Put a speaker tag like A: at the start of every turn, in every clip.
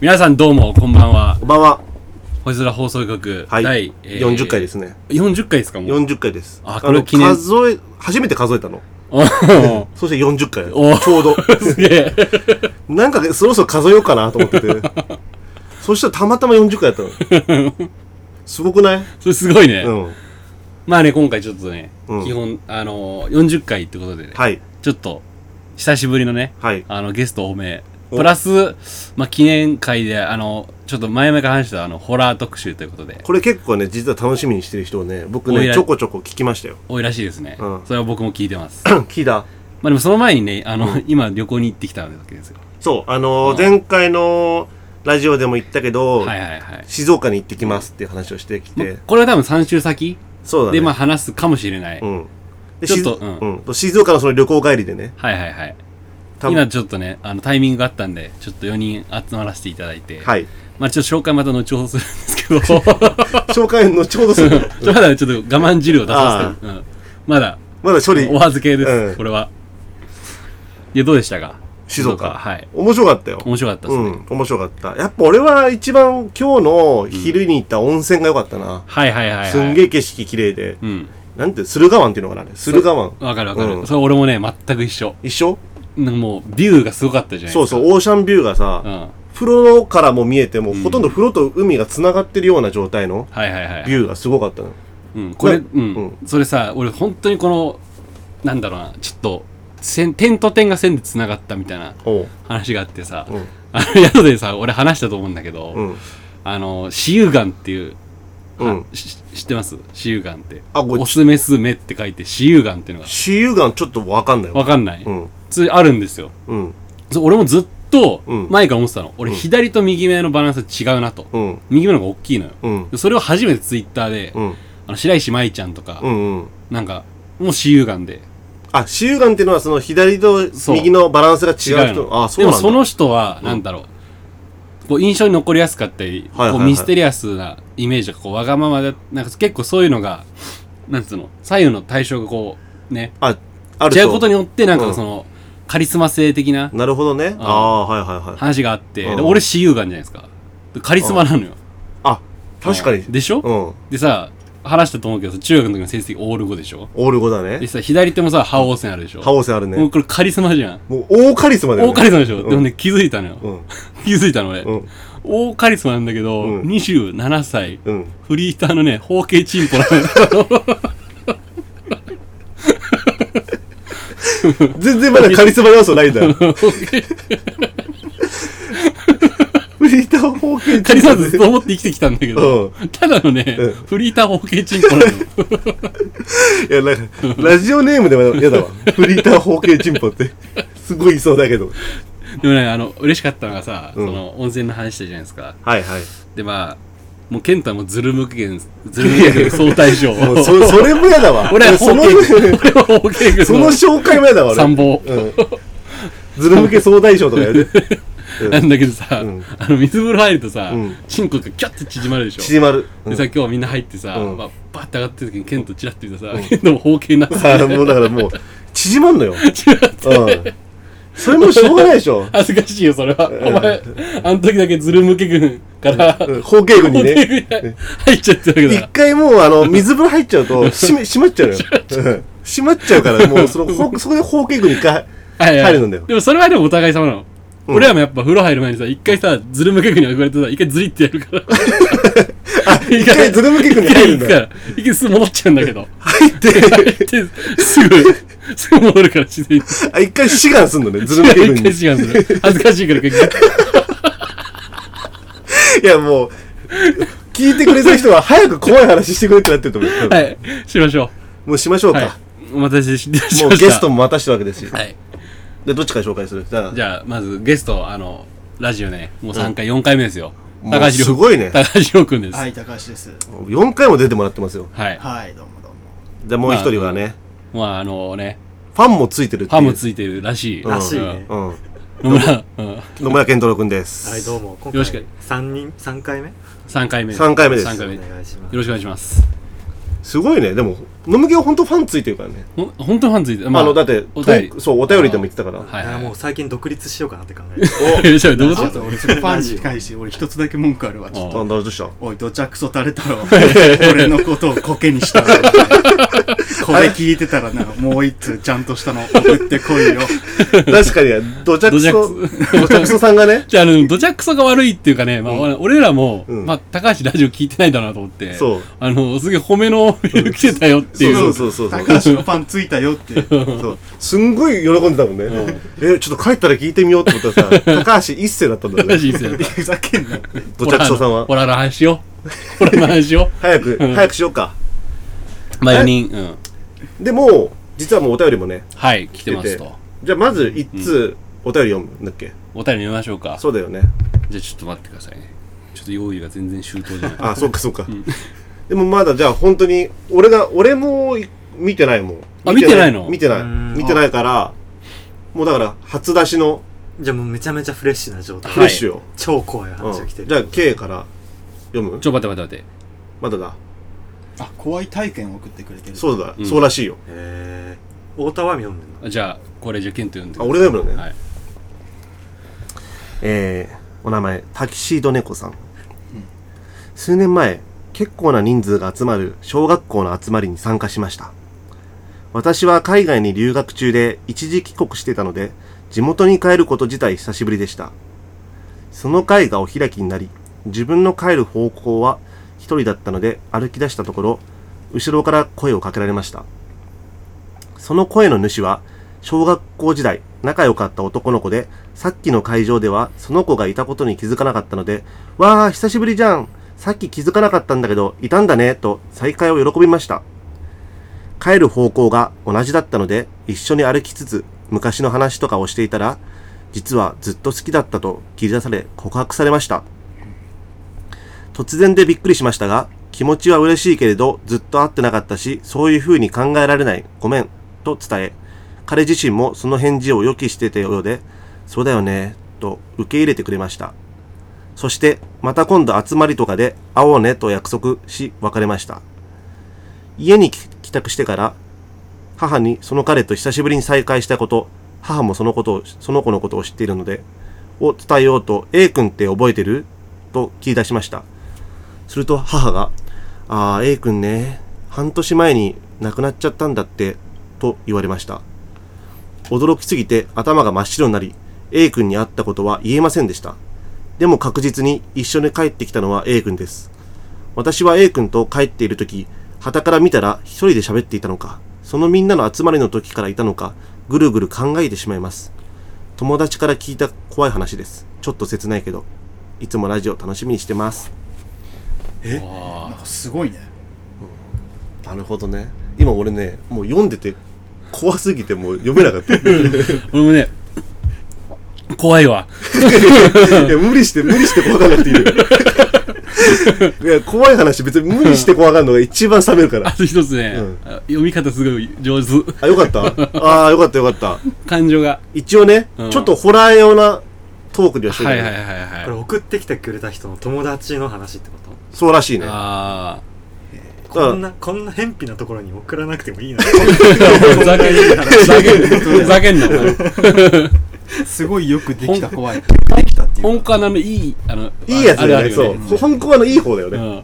A: 皆さんどうもこんばんは
B: こんばんは。
A: 星空放送局、
B: はい。
A: 第、
B: 40回ですすね。
A: 40回ですかもう
B: 40回です。
A: あ
B: あ
A: これ
B: の、
A: 記念
B: 数え、初めて数えたの。
A: おー
B: そして40回。
A: お
B: ち ょうど。
A: すげえ
B: なんか、そろそろ数えようかなと思って て。そしたらたまたま40回やったの。すごくない
A: それすごいね、
B: うん。
A: まあね今回ちょっとね、
B: うん
A: 基本あのー、40回ってことでね、
B: はい。
A: ちょっと久しぶりのね
B: はい。
A: あのゲスト多め
B: お
A: プラス、まあ、記念会であのちょっと前々から話したあのホラー特集ということで
B: これ結構ね、実は楽しみにしてる人をね、僕
A: おい
B: ね、
A: ら
B: ちょこちょこ聞きましたよ。
A: 多いらしいですね、
B: うん
A: それは僕も聞いてますま
B: 聞いた
A: あでもその前にねあの、今旅行に行ってきたわけですよ
B: そう、あのー、前回のラジオでも言ったけど、
A: はいはいはい、
B: 静岡に行ってきますっていう話をしてき
A: ま
B: て、
A: これは多分3週先
B: そうだね。
A: でまあ話すかもしれない、
B: うん。で
A: ちょっとう
B: 静
A: ん
B: うん。静岡のその旅行帰りでね、
A: はいはいはい
B: 多分
A: 今ちょっとねあのタイミングがあったんでちょっと4人集まらせていただいて、
B: はい。
A: まあちょっと紹介また後ほどするんですけ どちょっと
B: 紹介のちょうどすぐ
A: まだちょっと我慢汁を出させて、うん、まだ
B: まだ処理
A: お預けです、
B: うん
A: これはいやどうでしたか
B: 静岡
A: はい
B: 面白かったよ
A: 面白かったです
B: う
A: ね、
B: ん面白かったやっぱ俺は一番今日の昼に行った温泉が良かったな、
A: はいはいはい、はい、
B: すんげえ景色綺麗で、
A: うん
B: なんて駿河湾っていうのかなあれ駿河湾
A: わかるわかる、
B: うん
A: それ俺もね全く一緒
B: 一緒
A: なんかもうビューがすごかったじゃないです
B: そ
A: か
B: うそうオーシャンビューがさ、
A: うんは
B: 風呂からも見えても、ほとんど風呂と海がつながってるような状態の
A: いはいはい
B: ビューがすごかったの、
A: うん、これ、
B: ね
A: うん、
B: う
A: それさ、俺本当にこの、なんだろうな、ちょっと、線点と点が線で繋がったみたいな
B: おう
A: 話があってさ、
B: うん
A: あの宿でさ、俺話したと思うんだけど、
B: うん
A: あの、私有眼っていう、
B: うん
A: し知ってます私有眼って。
B: あこれ
A: オスメス目って書いて私有眼っていうのが、
B: 私有岩ちょっとわかんない
A: わ
B: わ
A: かんない、
B: うん
A: 普通あるんですよ。
B: うん
A: そう俺もずっと
B: うん
A: 前から思ってたの。俺左と右目のバランス違うなと。
B: うん
A: 右目の方が大きいのよ。
B: うん
A: でそれを初めてツイッターで、
B: うん
A: あの白石舞ちゃんとか、
B: うんうん
A: なんか、もう私有眼で、
B: あ、私有眼っていうのはその左と
A: そう
B: 右のバランスが違う
A: 違う
B: 人。
A: の
B: あ、そうなん
A: で
B: だ。
A: もその人はなんだろう、こう印象に残りやすかったり、
B: はいはいはい
A: こうミステリアスなイメージがこうわがままでなんか結構そういうのがなんつうの左右の対象がこうね
B: あ、ある
A: 違うことに
B: に
A: よってなん
B: う
A: か
B: ん
A: その、カリスマ性的な
B: なるほどね。ああー、はいはいはい。
A: 話があって、
B: うん
A: で俺私有眼じゃないですかでカリスマなのよ、
B: あ、確かに。
A: でしょ、
B: うん。オ
A: でさ話したと思うけどさ中学の時の成績オール5でしょ
B: ール5だ
A: で
B: ね。
A: さ左手もさ覇王戦あるでしょ
B: 覇王星ある
A: もう
B: ね。
A: これカリスマじゃん
B: もう大カリスマだよ
A: 大
B: ね。
A: カリスマでしょ、
B: うん
A: でもね気づいたのよ、
B: うん。
A: 気づいたの俺、
B: うん。
A: 大カリスマなんだけど、
B: うん
A: 27歳、
B: うん。
A: フリーターのね、包茎チンポな の。
B: 全然まだカリスマ要素ないんだよ。フリーター方形
A: カリスマずっと思って生きてきたんだけど、
B: うん。
A: ただのね、
B: うん
A: フリーター包茎チン ポなの。
B: いや、なんか、ラジオネームでも嫌だわ。フリーター方形チンポって。すごいいそうだけど。
A: でもね、あの、嬉しかったのがさ、
B: うん
A: その、温泉の話したじゃないですか。
B: はいはい。
A: で、まあ、もう、ケンタはもうズル無限、ズル無限総大将。
B: もうそ、それも嫌だわ。
A: 俺は
B: そ
A: 包
B: の、
A: 茎軍、俺は包茎軍
B: その
A: の
B: 紹介前だわ、俺。
A: 参謀。
B: うん。ズル向け総大将とかやる。うん
A: なんだけどさ、
B: うん
A: あの、水風呂入るとさ、
B: うん
A: チンコがキャッて縮まるでしょ。
B: 縮まる。う
A: で
B: ん
A: さ、今日みんな入ってさ、
B: うん
A: まあ、バッて上がってる時にケントチラッて見たらさ、ケントも包茎になって
B: あ
A: さ、
B: ーもうだからもう、縮まんの よ。うん。それもうしょうがないでしょ。
A: 恥ずかしいよ、それは。お前、あの時だけズル向け軍から、
B: うん包茎軍に
A: 包茎
B: ね。
A: 軍に入っちゃってるわけ
B: 一
A: だ。
B: 回もう、あの、水風呂入っちゃうと、閉め、閉まっちゃうのよ。うん閉まっちゃうから、もう、その、ほそこで包茎軍に一回
A: はいはい
B: 入るんだよ。
A: でもそれはでもお互い様なの。
B: うん
A: 俺らもやっぱ風呂入る前にさ、一回さ、ズル向け軍に憧れてさ、一回ズリってやるから、
B: あ、一回ズル向け軍に
A: 一回
B: 入る
A: 行
B: ん
A: く
B: だ
A: か
B: よ。
A: ら、一回すぐ戻っちゃうんだけど。
B: 入って、
A: 入って、すぐ、すぐ戻るから自然に。
B: あ、一回志願すんのね、ズル向け軍
A: 一
B: に。
A: 回
B: い
A: 違うんだよ。恥ずかしいから、一回
B: や、もう、聞いてくれた人は、早く怖い話してくれってなってると思う。
A: はい、しましょ
B: もうしましょう
A: う。はい
B: か。。
A: お待たせしました。
B: もうゲストもまたしたわけですよ。
A: はい。
B: で、どっちから紹介するじゃあ
A: じゃあ、まずゲスト、あの、ラジオね、もう3回、4回目ですよ。
B: もう
A: 高橋亮
B: すごいね
A: 高橋亮くんです。は。
C: はいい、高橋です。
B: 4回も出てもらってますよ。
C: はい、どうもどうも。
B: で、もう一人はね、
A: まあ、あのね、
B: ファンもついてるって
A: フ
B: いう。
A: ァンもついてるらしい。
B: らしい
C: ね
B: うん。
A: 野村、うん。
B: 野村健太郎くんです。
C: はい、どうも。今回
A: よろしく
C: 3人、3回目
A: 3回目。
B: 三回目です
A: 三
C: お
A: 回目。よ
C: 願いします。
A: ろしくお願いします。
B: すごいねでものむけは本当ファンついてるからね、
A: ほん本当にファンついてるま
B: あ、のだって
A: お便り
B: とそうお便りでも言ってたから
A: はい
C: や
A: はい
C: もう最近独立しようかなって考えて
A: いやじゃあどう
D: ち
A: ぞ
D: ょっと俺それファンに返して俺一つだけ文句あるわちょっ
B: あ
D: と
B: どうした
D: おいどちゃくそ垂れたろ俺のことをコケにしたろこれ聞いてたらなもう一通ちゃんとしたの送ってこいよ
B: 確かにドジャクソ
A: ド
B: ドジャクソさんがね
A: じゃあ、あの、どちゃくそが悪いっていうかね、まあ、俺らも、
B: うん
A: まあ、高橋ラジオ聞いてないだろうなと思って、
B: そう
A: あの、すげえ褒めのメール来てたよっていう。
B: そうそうそうそう
D: 高橋のファンついたよって
B: そうすんごい喜んでたもんね、えちょっと帰ったら聞いてみようと思ったら さ高橋一世だったんだよ
A: 高
B: ね
A: 橋一生だ った
D: ふざけんなって
B: ドジャクソさんは
A: ホラーの話しよう。ホラーの話しよ
B: 早く早くしようか
A: う。まあ、4人、うん。
B: でも実はもうお便りもね
A: はい、来てますと。
B: じゃあまず一通お便り読むんだっけ、
A: お便り見ましょうか。
B: そうだよね
A: じゃあ、ちょっと待ってくださいね。ちょっと用意が全然周到じゃない。
B: あそうかそうか、でもまだじゃあ本当に俺が俺も見てないもん
A: あ見てないの
B: 見てない
C: うん
B: 見てないからもうだから初出しの
C: じゃあもうめちゃめちゃフレッシュな状態、
B: フレッシュを、
C: 超怖い話
B: う
C: が
B: ん
C: 来てる、
B: じゃあ K から読む
A: ちょ、待って待って待って。
B: まだだ
D: あ怖い体験を送ってくれてる
B: そうだ、
A: うん
B: そうらしいよ
C: えー、太田は読んでんの
A: あじゃあ、これじゃあ、ケント読んで
B: あ俺が読むのね
A: はい。
B: えーお名前タキシード猫さん、数年前結構な人数が集まる小学校の集まりに参加しました私は海外に留学中で一時帰国してたので地元に帰ること自体久しぶりでしたその会がお開きになり自分の帰る方向は一人だったので歩き出したところ後ろから声をかけられましたその声の主は、小学校時代、仲良かった男の子で、さっきの会場では、その子がいたことに気づかなかったので、わあ、久しぶりじゃんさっき気づかなかったんだけど、いたんだね、と再会を喜びました。帰る方向が同じだったので、一緒に歩きつつ、昔の話とかをしていたら、実はずっと好きだったと切り出され、告白されました。突然でびっくりしましたが、気持ちは嬉しいけれど、ずっと会ってなかったし、そういう風に考えられない、ごめん、と伝え、彼自身もその返事を予期していたようで、そうだよね、と受け入れてくれました。そして、また今度集まりとかで会おうねと約束し、別れました。家に帰帰宅してから、母にその彼と久しぶりに再会したこと、母もそのことを、その子のことを知っているので、を伝えようと、A 君って覚えてると聞き出しました。すると母が、ああ、A 君ね、半年前に亡くなっちゃったんだって、と言われました。驚きすぎて頭が真っ白になり、A 君に会ったことは言えませんでした。でも確実に一緒に帰ってきたのは A 君です。私は A 君と帰っている時傍から見たら一人で喋っていたのか、そのみんなの集まりの時からいたのか、ぐるぐる考えてしまいます。友達から聞いた怖い話です。ちょっと切ないけど、いつもラジオ楽しみにしてます。
C: え
D: なん
A: わ
D: かすごいね
B: なるほどね。今俺ね、もう読んでて怖すぎてもう読めなか った。
A: あ俺もね、怖いわ。
B: いや無理して無理して怖がんなくてい いよいや怖い話別に無理して怖がるのが一番冷めるか
A: あ
B: ら
A: と一つね、
B: うん
A: あ読み方すごい上手。
B: あよかったああよかったよかった
A: 感情が。
B: 一応ね、
A: うん
B: ちょっとホラー用なトークにはしてる、
A: はいはいはいはい。
C: これ送ってきてくれた人の友達の話ってこと
B: そうらしいね
A: あ
C: こんな、こんな偏僻なところに送らなくてもいいな。
A: あ。ふざけんな。ふざけんな。ふざけんな。
D: すごいよくできた怖いできたってい
A: 本
D: う
A: 家なのいい、あの、
B: いいやつだよね
A: あるある
B: そ
A: よ
B: う、
A: ね
B: 本コアのいい方だよね、
A: うん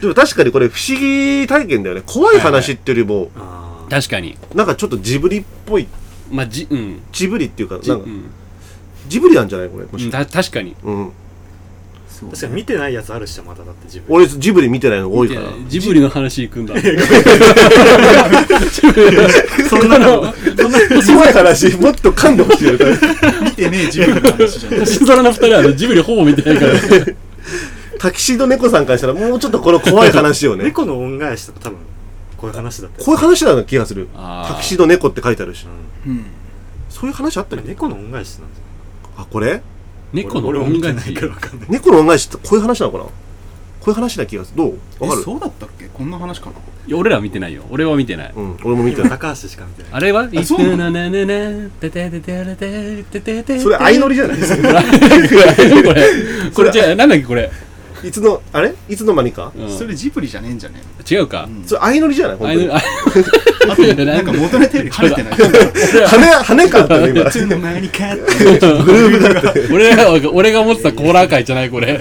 B: でも確かにこれ不思議体験だよね怖い話っていうよりも、
C: あ
A: 確かに。
B: なんかちょっとジブリっぽい
A: まあ、じ、うん。
B: ジブリっていうか
A: じ
B: な
A: うん
B: か
A: ん
B: ジブリなんじゃないこれもし、
A: た確かに。
B: うん
D: そう
C: ー確かに見てないやつあるっしょ、まただって自分。
B: 俺ジブリ見てないの多いから
A: いやジブリの話行くんだ。
C: そんなの、そんな
B: 怖い話もっと噛んでほしいよね
D: 見てねえ自分の話じゃん
A: 星空の二人はあのジブリほぼ見てないから。
B: タキシード猫さんからしたらもうちょっとこの怖い話をねこ
C: 猫の恩返しとか多分、こういう話だった
B: ういう話なの気がする
A: あー
B: タキシード猫って書いてあるし
C: うん
D: うん
B: そういう話あった
C: これ
B: よね
C: 猫の恩返しなんじゃない
B: あこれ
A: 猫の
C: 俺俺も
A: 音
C: 見て
A: 楽
C: ないからわかんない。
B: 猫の恩返しってこういう話なのかなこういう話な気がするどうわか
D: え
B: る
D: そうだったっけこんな話かない
A: や俺らは見てないよ。俺は見てない。
B: うん俺も見て
C: 今、
B: ない
C: 高橋しか見てない。
A: あれは
D: あそうな
A: ねねねてててててててててて
B: それ相乗りじゃないですか
A: これ、これじゃあ、なんだっけこれ。
B: いつのあれいつの間にか、
A: うん
D: それジブリじゃねえんじゃね
A: 違うか
D: え。の、うん
B: それ相乗りじゃない本
A: あ
B: 当
A: い
B: に
A: のあ
D: あとな んか元ネタより跳ねてない
B: 羽羽かあったね今
D: いつの間にかって
B: グルーブだって
A: 俺らは俺が持ってたコーラー会じゃないこれ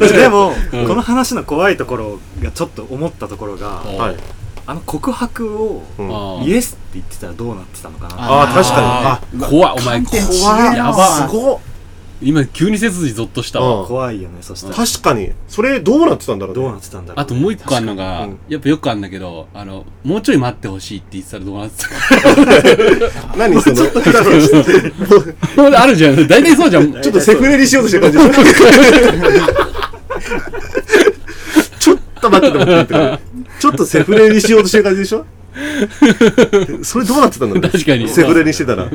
C: でも、
A: うん
C: この話の怖いところがちょっと思ったところが、
A: うん
B: はい、
C: あの告白を、
B: うん
A: あ
C: イエスって言ってたらどうなってたのかな
B: あー確かに
A: あ
B: あ
A: 怖いお前
D: 観点
A: こ
D: 違えな
A: やば
B: すごっ
A: 今急に背筋ゾッとした
B: う
A: わ
B: ん
C: 怖いよねそしたら、
B: 確かにそれどうなってたんだろう、ね、
C: どうなってたんだろう
A: あともう一個あるのが、
B: 確か
A: やっぱよくあるんだけどあのもうちょい待ってほしいって言ってたらどうなってたか
B: 何そのちょっとち
A: あるじゃん大体そうじゃ ん
B: ょっとセフレにしようとしてる感じちょっと待っててもちょっとセフレにしようとしてる感じでしょそれどうなってたんだろうね
A: 確かに
B: セフレにしてたら
A: こ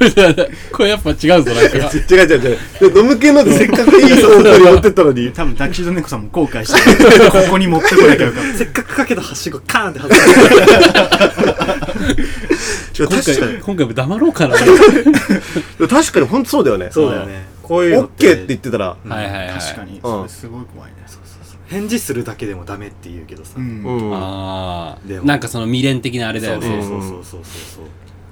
A: れだこれやっぱ違うぞなんか
B: 違う違う違うで。飲む系なんてせっかくいいサを持ってったのに。
D: 多分タキシード猫さんも後悔してるここに持ってこなきゃよかっ
C: せっかくかけたはしごカーンって外されて
B: 確
A: 今
B: か
A: 回今回も黙ろうかな
B: に、確かに本当そうだよね。
C: そうだよねこう
B: オ
C: いうの
B: ッケーって言ってたら、
A: はいはいはい
D: た確かにそれすごい怖いね
C: 返事するだけでもダメって言うけどさ、
D: うん
B: うん。
A: あ
C: で
A: あ
C: も
A: なんかその未練的なあれだ
C: そ
A: よ
C: う
A: ね
C: そうそうそうそうそう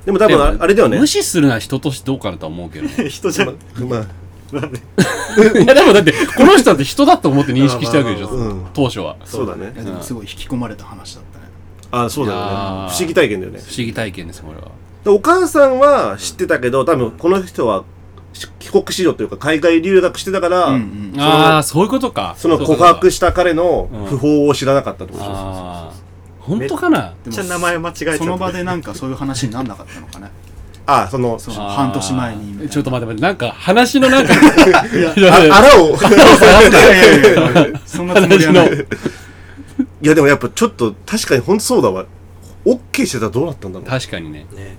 B: でも多分あ
A: でも
B: あれだよね
A: 無。視するのは人としてどうかなとは思うけどね
C: 人じゃん
B: まあ、
C: なんで
A: いやでもだってこの人だって人だと思って認識したわけでしょ、
B: うん。
A: 当初は
B: そうだね
D: いや。でもすごい引き込まれた話だったね
B: あ、そうだよね
A: いやー。
B: 不思議体験だよね。
A: 不思議体験ですこれは
B: でお母さんは知ってたけど、多分この人はし帰国子女というか海外留学してたから、
D: うんうん
A: ああそういうことか
B: その告白
A: し
B: した彼の
A: うん
B: 訃報を知らなかったってことです。
A: ああ本当かな
D: で
C: じゃあ名前間違えちゃった
D: その場でなんかそういう話になんなかったのかね
B: あ、その、
D: その
A: あー
D: 半年前にみたいな
A: ちょっと待って待ってなんか話のなんかいやい
B: あ
A: やいや
B: あらを。
D: いやいやいやいやそんなつもりはない
A: 話
B: いやでもやっぱちょっと確かに本当そうだわ。オッケーしてたらどうなったんだろ
A: 確かにね
C: ね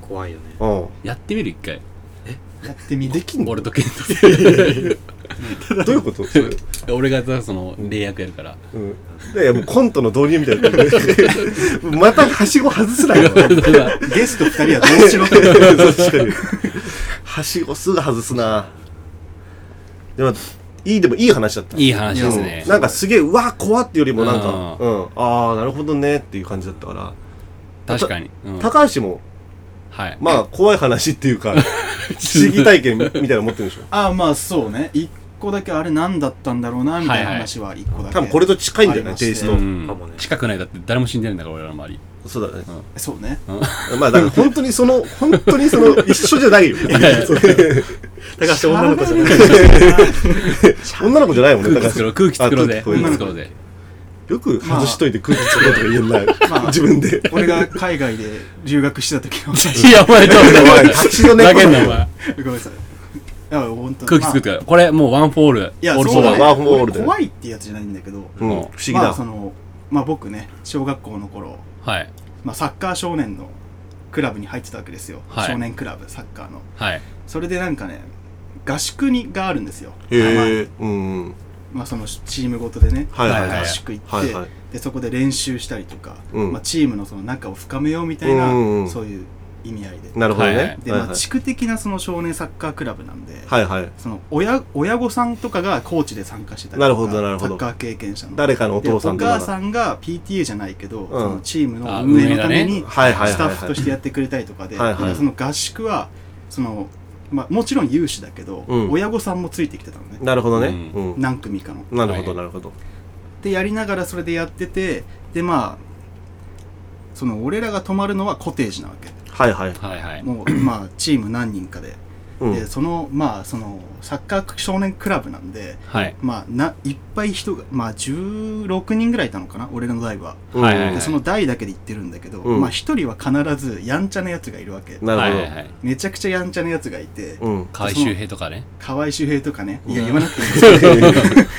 C: 怖いよね
B: う。うん。
A: やってみる一回
D: やってみ
B: で
D: る
B: きんの
A: 俺とケント
B: どういうことそれ
A: で俺がその霊役やるから
B: うん。いやもうコントの導入みたいな。またはしご外すなよ。
D: ゲスト2人はどうしろって
B: 確かに。はしごすぐ外すな。でも、いい、でもいい話だった。
A: いい話ですね
B: うんなんかすげえ、うわ、怖っていうよりもなんか、
A: う
B: うん。ああ、なるほどねっていう感じだったから。
A: 確かに、うん、
B: 高橋も、
A: はい
B: まあ、怖い話っていうか、不思議体験みたいなの持ってるでしょ。
D: ああまあそうね1個だけあれ何だったんだろうなみた
A: は
D: いな
A: いはい
D: 話は1個だけ
B: 多分これと近いんだよね、テイス
D: う
B: ト
A: う。ん
C: かもね
A: 近くないだって誰も死んでないんだから俺らの周り
B: そうだね。
D: そうね
B: まあ、だから本当にその、本当にその、一緒じゃないよ。
C: 高橋女の子じゃない
B: 女の子じゃないもんね、
A: 空気
B: 高
A: 作ろ
B: 橋。
A: う空気作ろうで
B: あ空気作ろ
A: 空
B: う
A: 気作ろうで
B: よく外しといて空気作ろうとか言えない。
D: まあ
B: 自分で。
D: 俺が海外で留学してた時の話
A: いやお前ちょっと
B: お前、
A: お
B: 立ちの
A: 前
B: 猫
A: ふざけんな
B: だ
A: お前
D: ごめんなさいいや本当
A: 空気作って
D: まあ
A: からこれもうワンフォール
D: いや
A: オール
D: そ
A: フォ
D: う
A: ーワン
D: だね
B: ワンフォーオールで
D: 俺怖いってやつじゃないんだけど
B: うん、不思議
D: まあ
B: だ
D: そ。のまあ僕ね小学校の頃
A: はい
D: まあサッカー少年のクラブに入ってたわけですよ
A: はい
D: 少年クラブサッカーの
A: はい
D: それでなんかね合宿にがあるんですよ
B: へえ。うんうん。
D: まあそのチームごとでね
B: はいはいはい
D: 合。宿行って、
B: はいはい
D: でそこで練習したりとか、
B: うん
D: まあ、チームのその仲を深めようみたいな、
B: うんうんうん
D: そういう意味合いで
B: なるほどね。
A: はい
B: は
A: はい
B: い
D: で、まあ、地区的なその少年サッカークラブなんで、
B: はいはい。
D: その親親御さんとかがコーチで参加してたりとか
B: なるほどなるほど
D: サッカー経験者の
B: 誰かのお
D: でお
B: 父さんと
D: 母
B: かが。
D: さんが PTA じゃないけど、そのチーム
A: あ
D: の運営
A: 運営
D: の
A: だ
D: た
A: ね
D: めに
B: はいはいはいはい
D: スタッフとしてやってくれたりとかで、
B: はいはい
D: でその合宿はその、まあ、もちろん有志だけど、
B: うん
D: 親御さんもついてきてたのね
B: なるほどね。
A: う
B: うん。
D: 何組かの。
B: なるほ
A: は
B: ど
A: い
B: なるほど。
D: でやりながらそれでやっててでまあその俺らが泊まるのはコテージなわけ
B: はいはい。
A: はいはい
D: もうまあチーム何人かで、
B: うん。
D: でそのまあそのサッカー少年クラブなんで
A: はい
D: まあないっぱい人がまあ16人ぐらいいたのかな俺らの代は、
B: うん
A: はいはい
D: でその代だけで行ってるんだけど、
B: うん
D: まあ一人は必ずやんちゃなやつがいるわけ
A: は
B: ないる
A: は
B: ほ
A: いはい
D: めちゃくちゃやんちゃなやつがいて
B: ど。うん。
A: 河合周平とかね
D: 河合周平とかねいや
A: うん
D: 言わなくていいん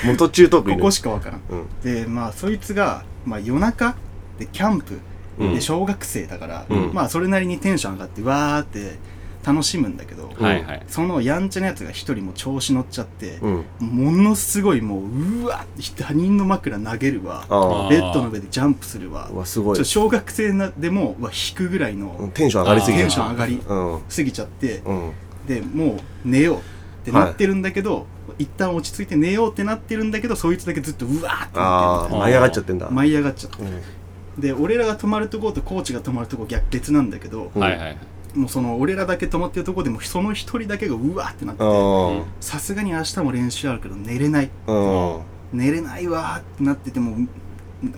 B: もう途中トークい
D: こ
B: る
D: こしかわからん
B: うん。
D: でまあそいつが、まあ、夜中でキャンプ
B: うん
D: で小学生だから、
B: うん
D: まあそれなりにテンション上がってわーって楽しむんだけど、
B: うん
A: はいはい
D: そのやんちゃなやつが一人もう調子乗っちゃって、
B: うん。
D: ものすごいもううわって他人の枕投げるわ
B: あ
D: ベッドの上でジャンプするわ
B: あ。うわ、す
D: ちょ
B: ご
D: っ
B: い
D: と。小学生なでもうわ引くぐらい
B: うん
D: の
B: テンション上がりすぎ
D: テ
B: る
D: ンション上がり
B: うん。
D: すぎちゃって
B: うん。
D: でもう寝ようってなってるんだけど、一旦落ち着いて寝ようってなってるんだけどそいつだけずっとうわーってな
B: あ
D: っ
B: あ舞い上がっちゃってんだ
D: て舞い上がっちゃった
B: うん
D: で俺らが泊まるとことコーチが泊まるとこ逆別なんだけど、
B: うん
A: はいはいはい。
D: もうその俺らだけ泊まってるとこでもその一人だけがうわーってなって
B: うん
D: さすがに明日も練習あるけど寝れない
B: うん
D: 寝れないわーってなっててもう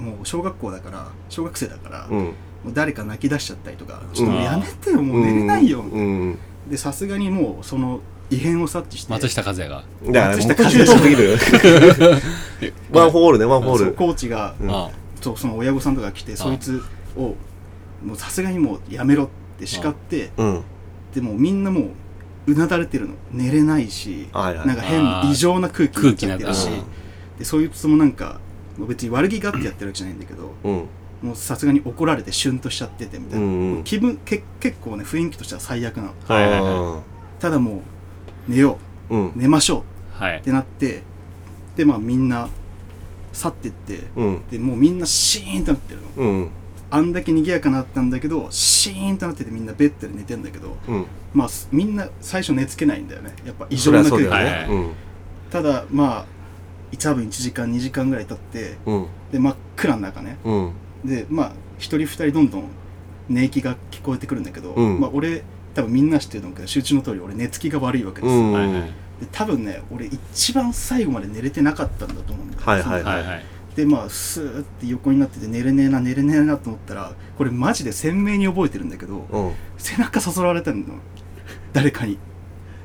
D: もう小学校だから小学生だから、
B: う
D: も
B: ん
D: う誰か泣き出しちゃったりとか、ちょっと
A: うん
D: やめてよもう寝れないよ、
B: うん
D: でさすがにもうその異変を察知して
A: 松下和也が。
B: うんだからもう
D: 松下
B: 途中で多すぎる ワンホールねワンホー
D: そう
B: ル
D: コーチが、
B: うん
A: あ
D: そうその親御さんとかが来てそいつをもうさすがにもうやめろって叱って、
B: うん
D: でもみんなもううなだれてるの寝れないし、
B: はいはい
D: なんか変な異常な空気になっちゃってるし
A: 空気にな
B: っ
D: でそういうつもなんかもう別に悪気があってやってるわけじゃないんだけど
B: うん
D: もうさすがに怒られてシュンとしちゃっててみた
B: う
D: いな、
B: ん
D: 気分け結構ね雰囲気としては最悪なの
A: はいはいは
D: ただもう寝よ
B: うん
D: う寝ましょ
A: は
D: うっ
A: い。
D: てなってでまあみんな去ってって
B: うん
D: でもうみんなシーンとなってるの
B: うん
D: あんだけ賑やかになったんだけどシーンとなっててみんなベッドで寝てんだけど
B: うん
D: まあすみんな最初寝つけないんだよねやっぱ異
B: そ
D: 常
B: りゃ
D: な
B: そ
D: 空
B: う
D: 気、
B: だ
A: は
B: よ
A: い
B: ねうん
D: ただまあ多分1時間2時間ぐらい経って
B: うん
D: で真っ暗の中ね
B: うん
D: でまあ一人二人どんどん寝息が聞こえてくるんだけど、
B: うん
D: まあ俺多分みんな知ってると思うけど集中の通り俺寝つきが悪いわけで
B: う
D: すよ、
B: ん
A: はい
B: うん
D: で多分ね俺一番最後まで寝れてなかったんだと思うんだよ
B: はいはい
A: はいはい。
D: でまあスーって横になってて寝れねえな寝れねえなと思ったらこれマジで鮮明に覚えてるんだけど
B: うん
D: 背中そそられたの誰かに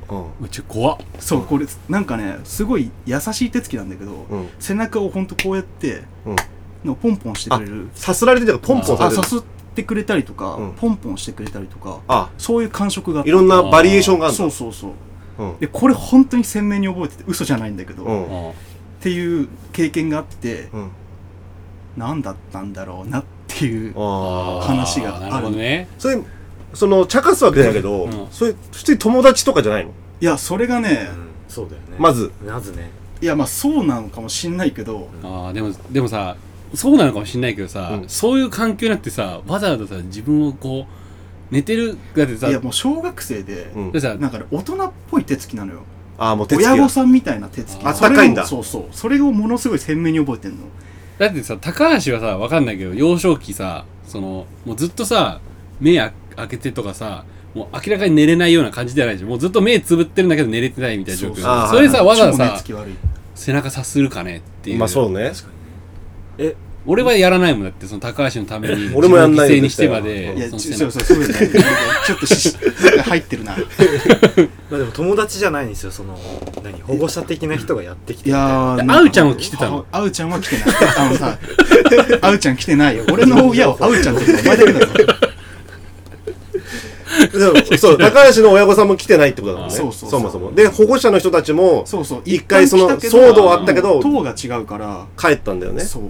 B: うん
A: うち怖っ。
D: そうこれなんかねすごい優しい手つきなんだけど、
B: うん
D: 背中をほんとこうやって
B: うん
D: のポンポンしてくれる
B: さすられてるからポンポンさ
D: あ
B: れて
D: さ
B: る
D: すってくれたりとか、
B: うん
D: ポンポンしてくれたりとか
B: あ
D: そういう感触があって
B: いろんなバリエーションがあるんだ
D: そうそうそう
B: うん
D: でこれ本当に鮮明に覚えてて嘘じゃないんだけど、
B: う
D: っ
B: ん
D: ていう経験があって
B: うん
D: 何だったんだろうなっていう
B: ああ
D: 話がある
A: なるほどね。
B: それその茶化すわけじゃないけど、
A: うん
B: それ普通に友達とかじゃないの
D: いやそれがね
C: うんそうだよね
B: まず
C: まずね
D: いやまあそうなのかもしんないけど
A: ああ、でも、でもさ、そうなのかもしれないけどさ、
B: うん
A: そういう環境になってさ、わざわざさ、自分をこう、寝てる、だってさ、
D: いやもう小学生で、
B: うん
A: でさ、
D: なんかね大人っぽい手つきなのよ
B: ああもう手つきが
D: 親御さんみたいな手つき
A: あ
D: それ
B: あ
D: を
B: ったかいんだ
D: そうそうそれをものすごい鮮明に覚えてんの
A: だってさ、高橋はさ、わかんないけど、幼少期さ、その、もうずっとさ、目あ開けてとかさ、もう明らかに寝れないような感じじゃないじゃん。もうずっと目つぶってるんだけど寝れてないみたいな状況。
D: そう
B: そうあ
A: そ
B: ー
A: れさ、わざわ
D: 超
A: ざ
D: 寝
A: さ
D: つ、き悪い
A: 背中さするかねっていう。
B: まあそうね
C: 確かにね
A: 俺はやらないもんだって、その高橋のために。
B: 俺もやんない
A: 自分を犠牲
B: よ
A: にしてまで。
B: 絶対
D: いや
A: そ
D: ち
A: の背
D: そ
A: 中
D: うそうそういうのなんかちょっとしなんか入ってるな
C: まあでも友達じゃないんですよその何保護者的な人がやってき
D: い
C: てみたいな
D: や
A: で
D: ー
A: あうちゃんは来てたの
D: はあうちゃんは来てない。あのさ、あうちゃん来てないよ。俺の親はあうちゃんって言うのお前だけだよ。
B: でもそう高橋の親御さんも来てないってことだもんね
D: そうそうそう
B: もそもで保護者の人たちも
D: そうそう。
B: 一回その
D: 旦来たけど
B: 騒動あったけど
D: もう党が違うから、
B: 帰ったんだよね
D: そう。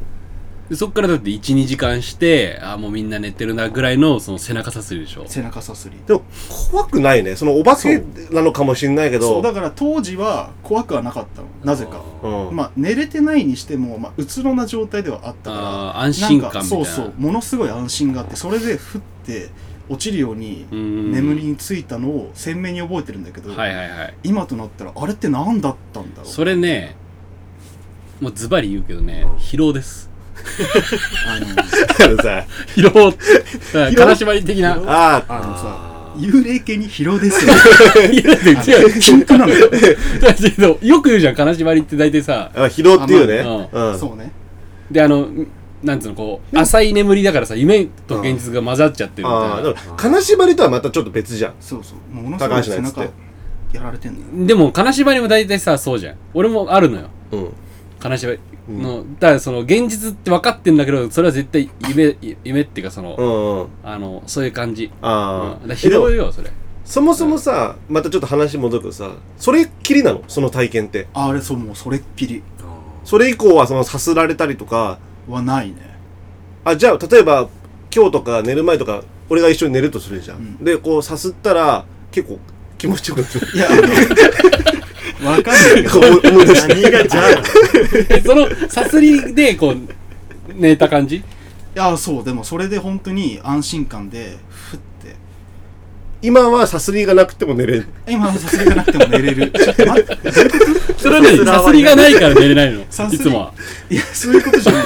A: でそっからだって1、2時間して、あーもうみんな寝てるなぐらいの、その背中さするでしょ。
D: 背中さすり。
B: でも怖くないねそのお化けなのかもしれないけ
D: そ
B: ど
D: う、だから当時は怖くはなかったの。なぜか。
A: あー
B: うん
D: まあ、寝れてないにしても、まあ、うつろな状態ではあったから、
A: あー、安心感みたいな。
D: そうそう、ものすごい安心があって、それで降って落ちるように、
A: うん
D: 眠りについたのを鮮明に覚えてるんだけど、
A: はいはいはい。
D: 今となったら、あれって何だったんだろう。
A: それね、もうズバリ言うけどね、疲労です。
D: あの
B: だからさ
A: 疲労はい悲しまり的な。い
B: ああ
D: あの
C: あ
D: さ、
C: ー
D: 幽霊系に疲労ですよ。
A: や 違う
D: 本当なのよ。
A: だけどよく言うじゃん、悲しまりって大体さ、
B: あ疲労っていうね、
A: あ
B: うん
D: そうね。
A: で、あの、なんつうの、こう、浅い眠りだからさ、夢と現実が混ざっちゃってるみ
B: あ
A: た
B: あ
A: い
B: だから悲しまりとはまたちょっと別じゃん
D: そうそう。ものすご
B: 高
D: い
B: 橋のや
D: 背
B: つって
D: 中やられてんのよ。
A: な。でも、悲しまりも大体さ、そうじゃん。俺もあるのよ。
B: うん
A: 悲しまりの、だからその、現実って分かってんだけど、それは絶対夢、夢っていうかその、
B: うんうん
A: あの、そういう感じ。うん
B: ああ、
A: だから
B: え
A: 疲
B: でも
A: 労よ、それ。
B: そもそもさ、またちょっと話戻るけどさそれっきりなのその体験って
D: あれ、そう、もうそれっきり
B: それ以降はそのさすられたりとか
D: はないね。
B: あじゃあ例えば今日とか寝る前とか俺が一緒に寝るとするじゃん、
D: うん
B: でこうさすったら結構気持ちよくなって
D: いや、あの、わかんないけ ど、
B: 思い出した
C: 何がじゃあ
A: えその、さすりで、こう、寝た感じ
D: いや、そう、でもそれで本当に安心感で、ふって。
B: 今はさすりがなくても寝れる
D: 今のさすがなくても寝れる。ちょっと待って、どういうこと
A: それはね、さすりがないから寝れないの。い
D: さすり
A: つもは。
D: いやそういうことじゃない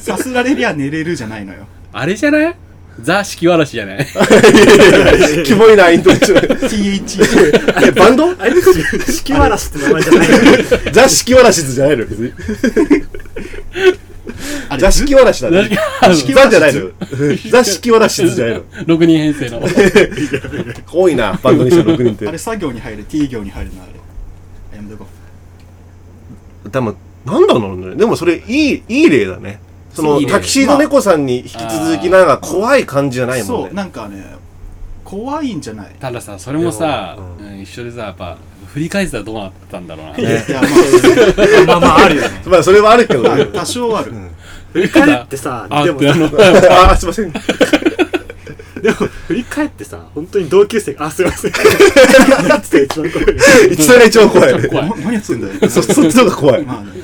D: さすられりゃ寝れるじゃないのよ
A: あれじゃないザ・式わらしじゃない
B: キモいな、イントネーション
D: TH
B: あれ、バンド
C: あれ四季わらしって名前じゃない
B: ザ・四季わらしずじゃないの別に。
D: あれ
B: ザ・四季わらしだね。
D: 式
B: ザじゃないの。 ザ・四季わらしずじゃないの。
A: ?6 人編成の。
B: 多いな、バンドにした6人って
D: あ。れ作業に入る T 行に入るなあれあやめとこう
B: でも、なんだろうね。でもそれ、いい、いい例だね。そ
A: い
B: の、
A: い例
B: タキシード猫さんに引き続きなんか怖い感じじゃないも
D: そ
B: ん
D: う
B: ね。
D: なんかね怖いんじゃない
A: たださ、それもさ、
C: う
A: うん一緒でさ、やっぱ、振り返ってたらどうなったんだろうな。
D: いやま
C: まあまああるよね
B: ま あ、それはあるけど
D: あ
B: ね
D: まあ。多少ある
C: 振り返ってさ
A: あ
C: で
A: っ
C: も
A: てな
C: さ
A: の。
B: ああ、すいません。
C: でも振り返ってさ本当に同級生があすいませんって一番怖い
B: 一それが一番怖いね。
A: 怖い
D: な何やってんだよ
B: そ、そっちの方が怖い。
D: まあね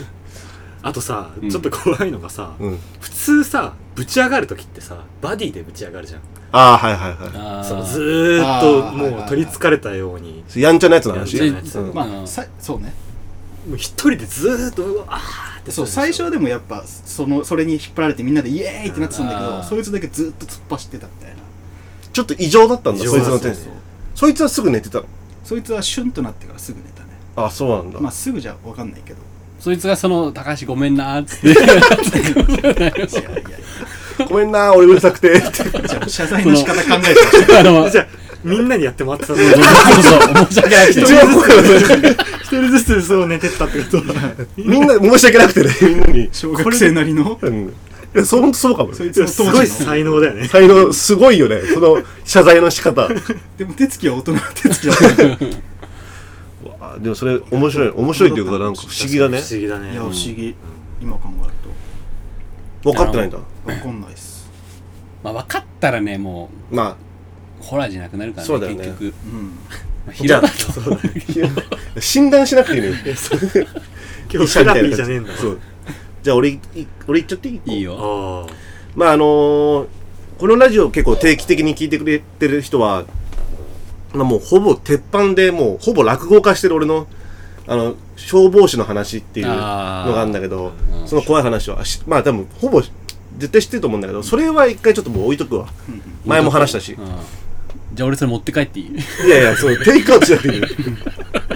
C: あとさ
A: うん
C: ちょっと怖いのがさ、
B: うん。
C: 普通さぶち上がる時ってさバディでぶち上がるじゃん
B: ああ、はいはいは
A: あー
C: そのずーっ
D: あ
C: と
D: ー
C: もう取りつかれたように
B: い。やんちゃなやつの話。
A: やんちゃな
C: やつ
B: うん
D: まあさそうね
C: もう一人でずーっとうわーって
D: そう最初はでもやっぱそのそれに引っ張られてみんなでイエーイってなってたんだけ
A: あ
D: ど
A: ー
D: そいつだけずっと突っ走ってたみたいな
B: ちょっと異常だったんだ、
C: 異常
B: そいつのテン
C: そう
B: シ
C: そ
B: ョ
C: う
B: ン。そいつはすぐ寝てたの。
D: そいつはシュンとなってからすぐ寝たね
B: ああ、そうなんだ。
D: まあすぐじゃ分かんない けど
A: そいつがその、高橋ごめんなーっつって。
D: いやいやい
B: ごめんな、俺うるさ くて。
D: やじゃあ謝罪の仕方考えてほしい
A: あの、
C: じゃあみんなにやってもらってたの
A: そうそう、申し 訳ない。
B: 一番怖いのはそれ
C: 一人ずつそう寝てったって こと
B: みんな、申し訳なくてね、みんなに。
D: 小学生なりの
B: うん。いや、そ、ほんとそうかも
D: そ
B: ね。
D: いつの
C: す
D: 当
C: ごい
D: 時の
C: 才能だよね
B: 才能、すごいよね。その、謝罪の仕方。
D: でも手つきは大人の手つきだった よ
B: あでもそれ、面白い。面白いっていうことはなんか不思議だね
C: 不。思議だね
D: いや不思議今考える
B: 分かってないんだ。
D: と分かんないっす
A: まあ、分かったらね、も
B: ま
A: う、ホラーじゃなくなるから
B: そうだよね
A: 結局。
D: うん
A: まあ平場と。
B: あ、 診断しなくていいのよ。
C: 今日セラピーじゃねえんだ
B: そう。じゃあ、俺、い俺行っちゃっていい
A: いいよ。
C: ああ
B: まああのーこのラジオ結構定期的に聞いてくれてる人は、まあ、もうほぼ鉄板でもうほぼ落語化してる俺のあの消防士の話っていうの
A: あー
B: があるんだけど
A: うん
B: その怖い話はしまあ多分ほぼ絶対知ってると思うんだけどそれは一回ちょっともう置いとくわ前も話したし
A: うんじゃあ俺それ持って帰っていい
B: いやいやそうテイクアウトしなくていい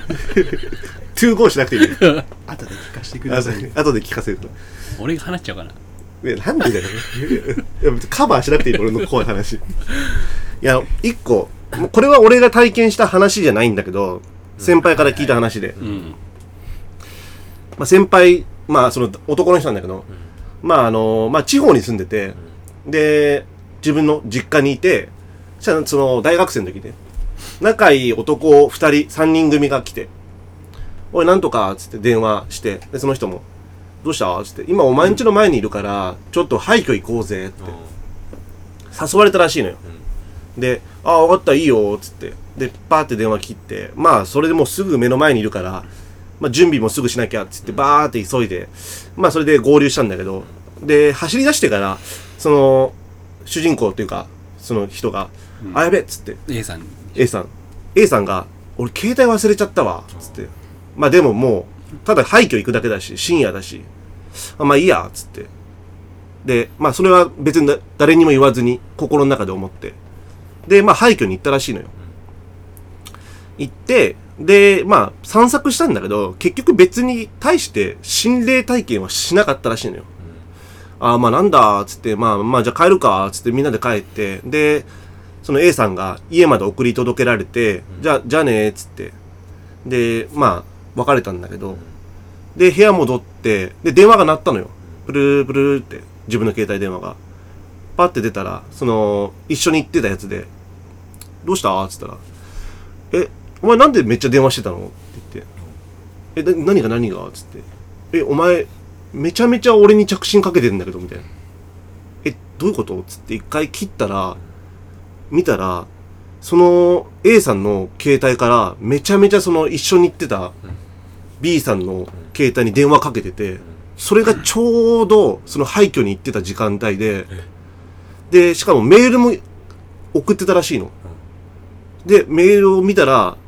B: トゥーゴーしなくていい
D: 後で聞かせてく
B: あ
D: ださい
B: 後で聞かせると
A: 俺が話しちゃうかな。
B: いや、なんでだよ。いや、別にカバーしなくていい、俺の怖い話。いや、一個、もうこれは俺が体験した話じゃないんだけど、先輩から聞いた話で。
A: うん。
B: まあ、先輩、まあ、その男の人なんだけど、まあ、あの、まあ、地方に住んでて、で、自分の実家にいて、そしたらその、大学生の時ね、仲いい男二人、三人組が来て、おい、なんとか、つって電話して、で、その人も、どうしたつって、今お前ん家の前にいるから、ちょっと廃墟行こうぜ、って。誘われたらしいのよ、で「ああ分かったいいよ」っつってでパーって電話切ってまあそれでもうすぐ目の前にいるから、まあ、準備もすぐしなきゃっつってバーって急いでまあそれで合流したんだけどで走り出してからその主人公っていうかその人が「あやべ」っつって
A: A さん。
B: A さん A さんが「俺携帯忘れちゃったわ」つってまあでももうただ廃墟行くだけだし深夜だしあまあいいやつってでまあそれは別にだ誰にも言わずに心の中で思ってでまあ廃墟に行ったらしいのよ行ってでまあ散策したんだけど結局別に対して心霊体験はしなかったらしいのよああまあなんだつってまあまあじゃあ帰るかつってみんなで帰ってでその A さんが家まで送り届けられて、じゃあ、じゃあねーっつって。で、まあ、別れたんだけど、で、部屋戻って、で、電話が鳴ったのよ。プループルーって、自分の携帯電話が。パって出たら、その、一緒に行ってたやつで、どうしたっつったら、え、お前なんでめっちゃ電話してたのって言って、え、な何が何がつって、え、お前、めちゃめちゃ俺に着信かけてんだけど、みたいな。え、どういうことつって一回切ったら、見たら、その A さんの携帯からめちゃめちゃその一緒に行ってた B さんの携帯に電話かけてて、それがちょうどその廃墟に行ってた時間帯で、で、しかもメールも送ってたらしいの。で、メールを見たら、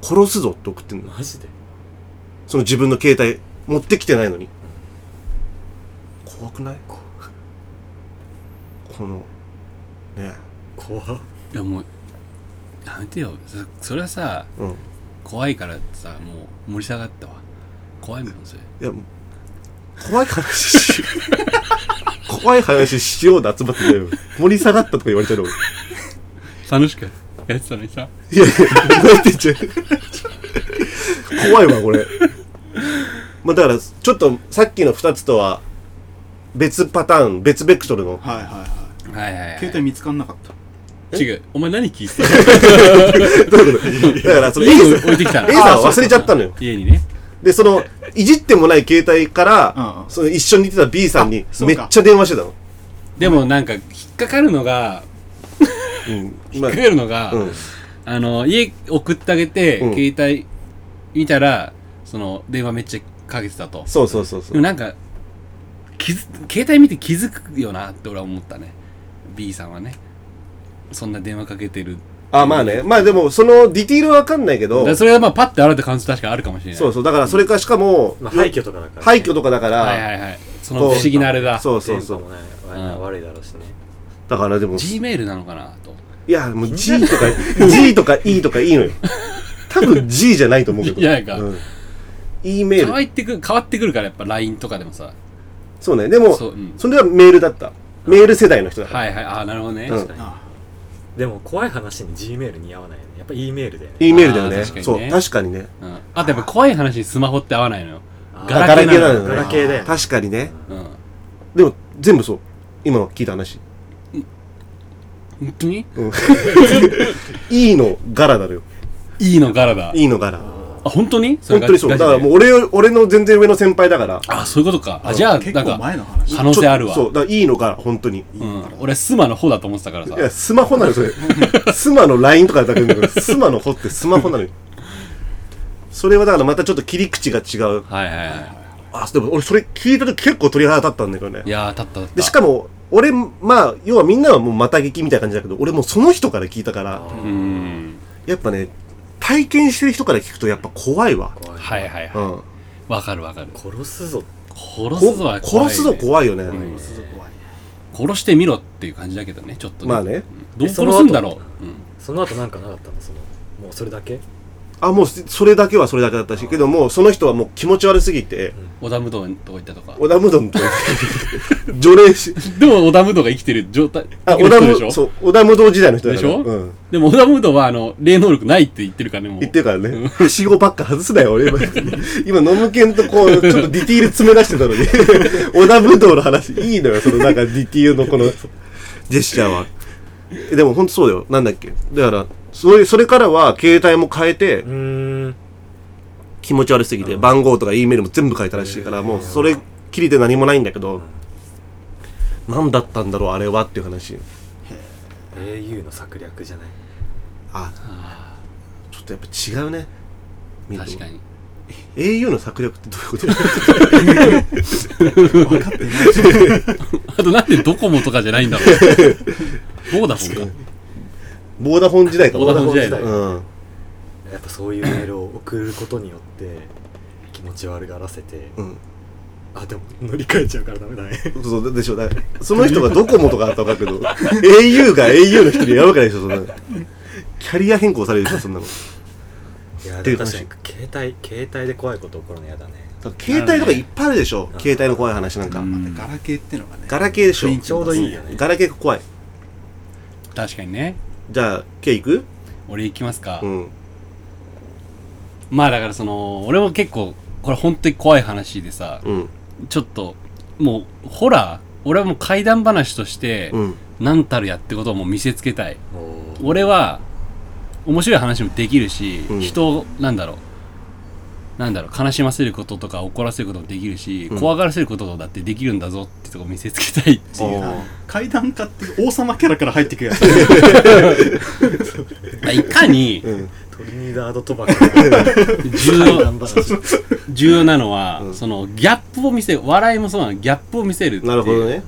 B: 殺すぞって送ってんの。
C: マジで
B: その自分の携帯持ってきてないのに怖くないこのね
C: 怖っ
A: いやもうやめてよそそれはさ
B: うんい
A: 怖いからってさもう盛り下がったわ怖いもんそれ
B: や怖い話し 怖い話しようで集まってないよ盛り下がったとか言われたら俺
A: 楽しくやってたのにさ
B: いやいや、どうやって言っちゃう怖いわ、これ。まあだから、ちょっとさっきの2つとは別パターン、別ベクトルの。
D: はいはいはい
A: はいはい、はい、
D: 携帯見つかんなかった
A: 違うお前何聞いて た
B: どういうことだから、その A
A: 家に
B: さん、
A: 置いてきたの
B: A さんは忘れちゃったのよ。
A: 家にね
B: で、その、いじってもない携帯から、
D: うんうん
B: その一緒にいてた B さんに
D: あそう
B: めっ
D: か
B: ちゃ電話してたの。
A: でもなんか引っかかるのが
B: うん。
A: 引
B: ま
A: っかかるのが、
B: あ、うん。
A: あの家送ってあげて、
B: うん
A: 携帯見たらその電話めっちゃかけてたと
B: そうそうそうそ
A: でも
B: う。
A: なんか気づ携帯見て気づくよなって俺は思ったね B さんはねそんな電話かけてる
B: あ、まあね。まあでも、そのディティールはわかんないけ
A: だ
B: ど
A: から、それはまあパッてあるって感想確かにあるかもしれない
B: そうそう。だから、それかしかも、
C: まあ廃墟とかだから、ね、
B: 廃墟とかだから、
A: はいはいはいその不思議なあれだ
B: そうそう
C: 電
B: そ
C: 波
B: う
C: も。ね
A: うん
C: 悪いだろうしね
B: だからでも、
A: G メールなのかなと
B: いや、もう G とか、G とか E とかいいのよ。多分 G じゃないと思うけど。
A: いやなんか
B: うん。E メ
A: 変
B: ー
A: わ
B: ル。
A: ってく変わってくるからやっぱ LINE とかでもさ
B: そうね。でも、
A: そう
B: そ
A: うん
B: れはメールだった。メール世代の人だから。
A: はいはいああなるほどね、
B: うん
C: 確か
D: あ
C: にでも怖い話に G メール似合わないよねやっぱ E メールだよね
B: E メールだよね
A: あー確かにね
B: そう、確かにね。
A: うん、あとやっぱ怖い話にスマホって合わないのよ
C: あ
A: ガ
B: あ
A: ラケーなの
B: なの
C: ガ
B: よ
C: ラケーだよね
B: 確かにね。
A: うん
B: でも、全部そう。今の聞いた話。
A: 本当に
B: うん。E の柄だよ。
A: いいの柄だ
B: E の柄。
A: あ本当に
B: 本当にそう。だからもう
A: う
B: 俺よ、俺の全然上の先輩だから。
A: あそういうことかあじゃあ
D: 結
A: なん
D: 構
A: か
D: 前の話
A: 可能性あるわ
B: ちょっとそう。だから E の柄、本当に。
A: うん、俺スマの方だと思ってたからさ
B: いや、スマホなのよ、そ れ。スマの LINE とかだけだけど、スマの方ってスマホなのよ。それはだからまたちょっと切り口が違う。
A: はいはいは
B: あ、でも俺それ聞いた時結構鳥肌立ったんだけど
A: いい
B: ね。
A: やー立った立った
B: で、しかも、俺、まあ、要はみんなはもうまた聞きみたいな感じだけど、俺もうその人から聞いたから、
A: うーん
B: やっぱね、体験してる人から聞くとやっぱ怖いわ。
C: 怖い
A: はいはいはい
B: うん。
A: わかるわかる
C: 殺すぞ
A: 殺
B: こ
A: すぞは怖い、ね、
B: 殺すの怖いよね。
A: ん
D: すごい怖いね
A: 殺してみろっていう感じだけどねちょっと、
B: まあね
A: どう殺すんだろう、うん、
C: その後なんかなかったのそのもうそれだけ
B: あ、もうそれだけはそれだけだったし、けどもうその人はもう気持ち悪すぎて、
A: 織田無道のとこ行ったとか
B: 小田無丼と除霊し、
A: でも織田無道が生きてる状態
B: あ、
A: 生き
B: 織
A: て
B: 田
A: る人
B: 無、そう、織田無道時代の人だから。
A: でしょ
B: うん。
A: でも織田無道はあの霊能力ないって言ってるからねもう
B: 言ってるからね。はしごばっか外すなよ、俺今。今、ノムケンとこう、ちょっとディティール詰め出してたのに。織田武道の話、いいのよ、そのなんかディティールのこの、ジェスチャーは。えでも本当そうだよ。なんだっけ。だから、それ、それからは携帯も変えて
C: う、ーん
B: 気持ち悪すぎて、番号とか E メールも全部変えたらしいから、もうそれっきりで何もないんだけど、何だったんだろう、あれはっていう話。
C: au の策略じゃない
B: あ、ちょっとやっぱ違うね。見ると
A: 確かに
B: au の策略ってどういうこと
A: あとなんでドコモとかじゃないんだろう ボーダフォンか
B: ボーダフォン時代か
A: ボーダフォン時代だ
B: ボーダフォン時
C: やっぱそういうメールを送ることによって気持ち悪がらせて
B: 代うん
C: あでも乗り換えちゃうからダメだね
B: うんそうそうでしょだからその人がドコモとかあったら分かるけど au が au の人にやるわけないでしょそんなのキャリア変更されるでしょそんなの
C: いや
B: ってい
C: で
B: う
C: も確か
B: 話
C: に携帯携帯で怖いこと起こるのやだね
B: だから携帯とかいっぱいあるでしょ携帯の怖い話なんか、
A: うん
D: ガラケーってのがね
B: ガラケーでしょ
D: 雰囲気
C: ちょうどいいよね
B: ガラケーが怖い
A: 確かにね
B: じゃあ K 行く
A: 俺行きますか、
B: うん
A: まあだからその俺も結構これ本当に怖い話でさ
B: うん
A: ちょっともうホラー俺はもう怪談話として、
B: うん
A: 何たるやってことをもう見せつけたい
C: おー
A: 俺は面白い話もできるし、
B: うん
A: 人をなんだろうなんだろう悲しませることとか怒らせることもできるし、
B: うん
A: 怖がらせることだってできるんだぞってとこ見せつけ たいっていう
B: おー
D: 階段家っていう王様キャラから入ってくるやつ
A: まあいかに
B: うん
C: トリニダードトバコの
A: 重
C: 怪
A: 要
C: 談話
A: 重要なのは、
B: うん
A: そのギャップを見せる笑いもそうなのギャップを見せるっていう
B: なるほどね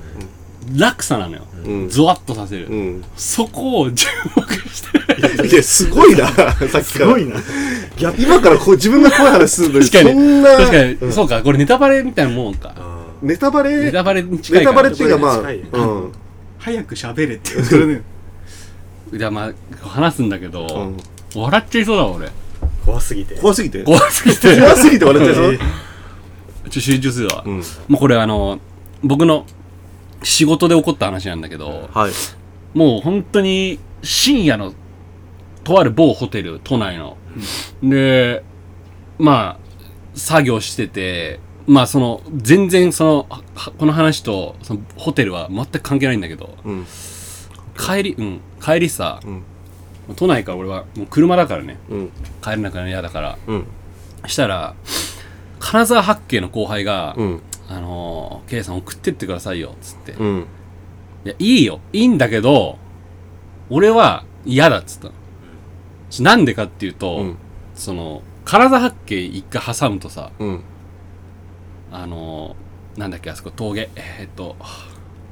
A: 落差なのよ、
B: うん
A: ゾワッとさせる、
B: うん
A: そこを注目して
B: いやすごいなさっき
C: す
B: か
C: ご
B: ら
C: いなギャップ
B: 今からこう自分が怖い話するのに、
A: 確かに
B: そんな、
A: 確かに、
B: うん
A: そうか、これネタバレみたいなもんか。
C: あ
B: ネタバレ、
A: ネタバレに近
B: ネ
A: いか
B: タ
A: ら
B: バレっていうかまあ、
C: 近いよ
B: うん。
D: 早く喋れって言うからね。
A: じゃあまあ、話すんだけど、
B: うん
A: 笑っちゃいそうだわ、俺。
C: ー怖すぎて
B: 怖すぎて。
A: 怖すぎて。 ちょ
B: 怖すぎて笑っちゃいそう
C: え。ー
A: っと集中するわ。
B: うん。
A: もうこれあの、僕の仕事で起こった話なんだけど、
B: はい。
A: もう本当に深夜の、とある某ホテル、都内の。で、まあ、作業してて、まあその、全然その、はこの話と、そのホテルは全く関係ないんだけど、
B: うん。
A: 帰り、うん、帰りさ、
B: うん
A: 都内から俺は、もう車だからね、
B: うん。
A: 帰れなくなるの嫌だから。
B: うん。
A: したら、金沢八景の後輩が、
B: うん。
A: あのー、K さん送ってってくださいよ、つって。
B: うん。
A: いや、いいよ。いいんだけど、俺は嫌だっつったの。ちなんでかっていうと、
B: うん。
A: その、体八景一回挟むとさ、
B: うん。
A: あのーなんだっけ、あそこ峠、えーっと、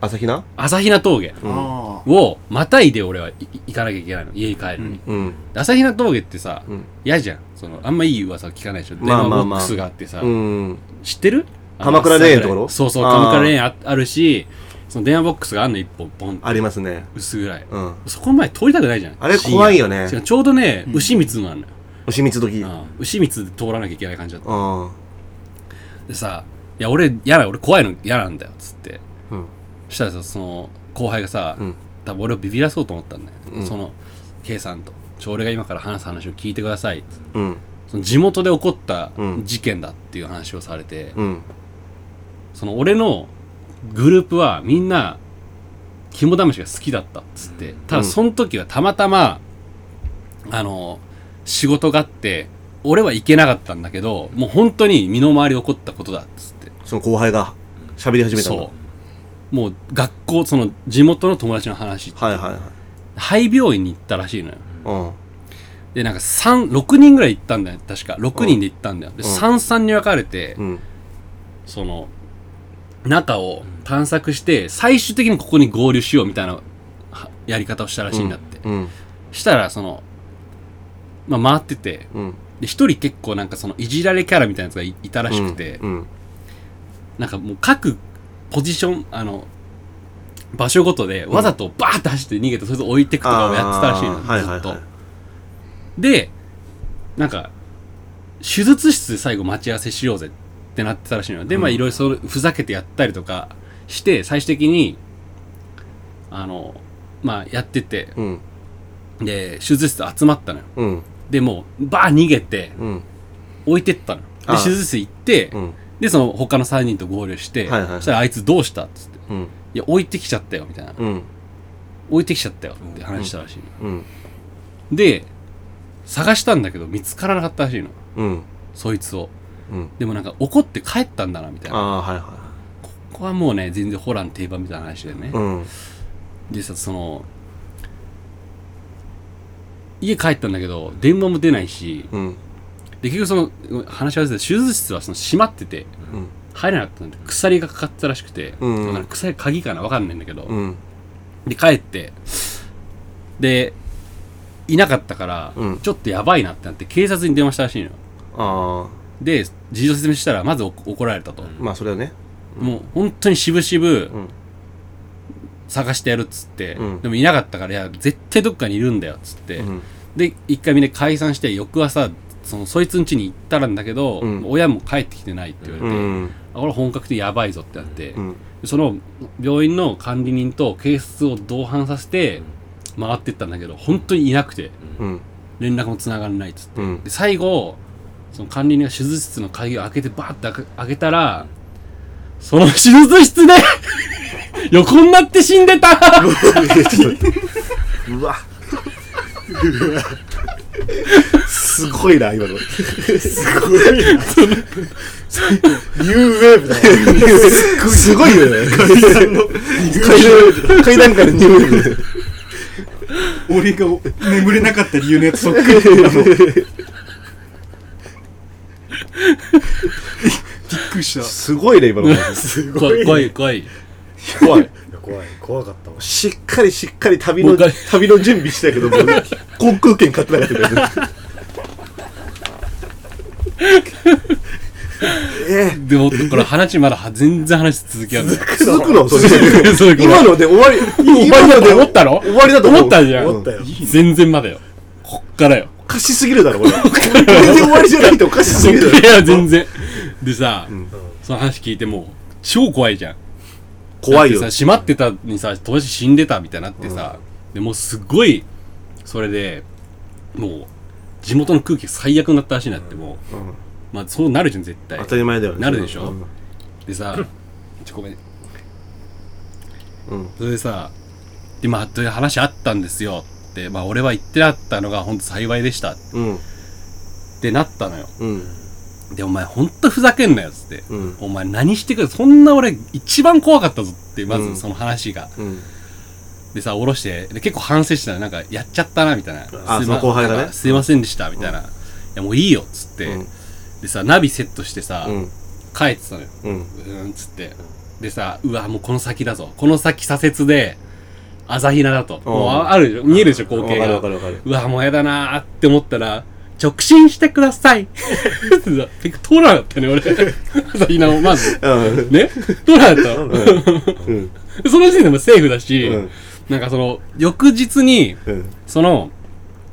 B: 朝比奈
A: 朝比奈峠
B: うん。
D: ああ。
A: をまたいで俺はいい行かなきゃいけないの。家に帰るのに。
B: うん。
A: 朝比奈峠ってさ、
B: うん
A: 嫌じゃん。その、あんまいい噂は聞かないでしょ。
B: まあまあま
A: 電話ボッ
B: あ
A: クスがあってさ、
B: うん。
A: 知ってるあの
B: 鎌倉霊園のところ
A: そうそう、
B: あー
A: 鎌倉霊園ああるし、その電話ボックスがあんの一本、ポンって
B: ありますね。
A: 薄暗い。
B: うん。
A: そこ前通りたくないじゃん。
B: あれ怖いよね
A: 深夜しかもちょうどね、
D: うん
A: 牛光のあんのよ。
B: 牛蜜時。う。
A: うんん牛光で通らなきゃいけない感じだった。
B: うん。
A: でさ、いや、俺、やだ、俺怖いの嫌なんだよ、つって。
B: うん。
A: そしたらさ、その、後輩がさ、
B: うん
A: 多分俺をビビらそうと思ったんだよ。
B: うん
A: その、K さんと。ちょ、俺が今から話す話を聞いてください。
B: うん。
A: その地元で起こった
B: うん
A: 事件だっていう話をされて、
B: うん。
A: その俺のグループはみんな、肝試しが好きだったっつって、ただその時はたまたま、あの、仕事があって、俺は行けなかったんだけど、もう本当に身の回りで起こったことだっつって。
B: その後輩が喋り始めたんだ
A: そう。もう学校、その地元の友達の話って、
B: はいはい
A: 肺病院に行ったらしいのよ。
B: はい。
A: で、なんか三6人ぐらい行ったんだよ、確か。6人で行ったんだよ。で、
B: うん
A: 三々に分かれて、
B: うん。うん。
A: その、中を探索して、最終的にここに合流しようみたいなはやり方をしたらしいんだって。
B: うん。
A: したら、その、まあ、回ってて、
B: うん。
A: で、一人結構なんかその、いじられキャラみたいなやつがいいたらしくて、
B: うん。
A: なんかもう各ポジション、あの、場所ごとで、わざとバーッて走って逃げて、それと置いてくとかをやってたらしいの、
B: あ
A: ずっ
B: ー
A: と。
B: はいはいはい
A: で、なんか、手術室で最後待ち合わせしようぜってなってたらしいのよ。で、まあ
B: うん
A: いろいろそうふざけてやったりとかして、最終的に、あの、まあやってて、
B: うん。
A: で、手術室集まったのよ。
B: うん。
A: で、もう、バー逃げて、
B: うん。
A: 置いてったのよ。で
B: あ、ー
A: 手術室行って、
B: うん。
A: で、その他の3人と合流して、
B: はいはいはい
A: そしたらあいつどうしたっつって。
B: うん。
A: いや、置いてきちゃったよ、みたいな。
B: うん。
A: 置いてきちゃったよって話したらしいの。
B: うん。
A: で、探したんだけど見つからなかったらしいの。
B: うん。
A: そいつを。
B: うん。
A: でもなんか怒って帰ったんだな、みたい
B: あ
A: な。
B: あ、はいは
A: ここはもうね、全然ホラーの定番みたいな話でね
B: い。。うん。
A: でさ、その、家帰ったんだけど、電話も出ないし、
B: うん。
A: で、結局その、話し合わせで、手術室はその閉まってて、
B: うん。
A: 入れなかったんで、鎖がかかってたらしくて、
B: うん
A: だから鎖、鍵かなわかんないんだけど、
B: うん。
A: で、帰って、で、いなかったから、
B: うん
A: ちょっとやばいなってなって、警察に電話したらしいのよ。
B: ああ、
A: で、事情説明したら、まずお怒られたと。
B: まあそれはね。
A: もう、本当に渋
B: う
A: 々、
B: ん。
A: 探してやるっつって、
B: うん
A: でもいなかったから、いや、絶対どっかにいるんだよ、っつって。
B: うん。
A: で、一回みんな解散して、翌朝、その、そいつん家に行ったらんだけど、
B: うん
A: 親も帰ってきてないって言われ
B: う
A: て、
B: ん。
A: あこれ本格的にやばいぞってなって、
B: うん。
A: その病院の管理人と警察を同伴させて回ってったんだけど本当にいなくて
B: うん。
A: 連絡もつながらないっつって
B: うん
A: で。最後その管理人が手術室の鍵を開けてバーって開け開けたらその手術室で 横になって死んでた
B: うわ。すごいな、今の。
C: すごいなニューウェーブだよ
B: すごいよね。
C: おじさんの
B: 階段階段からニューヨーク
D: 俺が眠れなかった理由のやつそ っくり。びっくりした。
B: すごいね、今の。
C: すご
A: 怖
C: い
A: い怖い怖い
B: 怖い。
C: いや怖い怖かったわ
B: しっかりしっかり旅
A: もう
B: の
A: 一回、
B: 旅の準備してたけど、もう航空券買ってなかったよねえ
A: でも、これ話まだ全然話続きあるんだよ。
B: ー、続くのそれ
A: そうこれ
B: 今ので終わり
A: 今ので思ったろ
B: 終わりだと思う
A: 思ったじゃ
B: 思
A: ん
B: ったよ。
A: 全然まだよ。こっからよ。
B: おかしすぎるだろこれ全然終わりじゃないっておかしすぎるだ
A: い
B: ろ
A: や、全然。でさ、その話聞いても、超怖いじゃん。
B: 怖いよ
A: だってさ、閉まってたにさ、友達死んでたみたいになってさ、でもうすごい、それで、もう、地元の空気が最悪になったらしいなって、もう、
B: うん
A: まあそうなるじゃん、絶対
B: 当。たり前だよね
A: なるでしょ
B: うん
A: で さ、ちょ、ごめん。
B: うん
A: それでさ、で、まあ、という話あったんですよって、まあ俺は言ってなかったのが本当幸いでしたっ
B: うん
A: てなったのよ。
B: うん
A: で、お前ほんとふざけんなよっつって。
B: うん
A: お前何してくるそんな俺一番怖かったぞって、ま
B: うん
A: ずその話が。
B: うん
A: でさ、下ろして、で結構反省してたのなんか、やっちゃったな、みたいな。
B: あ
A: すいま
B: その後輩がね
A: なんかすいませんでした、みたいな。いや、もういいよ、っつって、
B: うん
A: でさ、ナビセットしてさ、
B: うん
A: 帰ってたのよ。
B: うん
A: うーん、っつって。でさ、うわ、もうこの先だぞ。この先左折で、朝比奈だと。もうああるでしょ見えるでしょ、光景
B: わかる
A: が
B: わか。るわかる
A: うわ、もうやだなーって思ったら、直進してくださ いってさ、結構通らなかったね、俺。朝比奈を、まず。
B: うん
A: ね通らなかったの
B: うん
A: その時点でもセーフだし、
B: うん
A: なんかその、翌日に、
B: うん
A: その、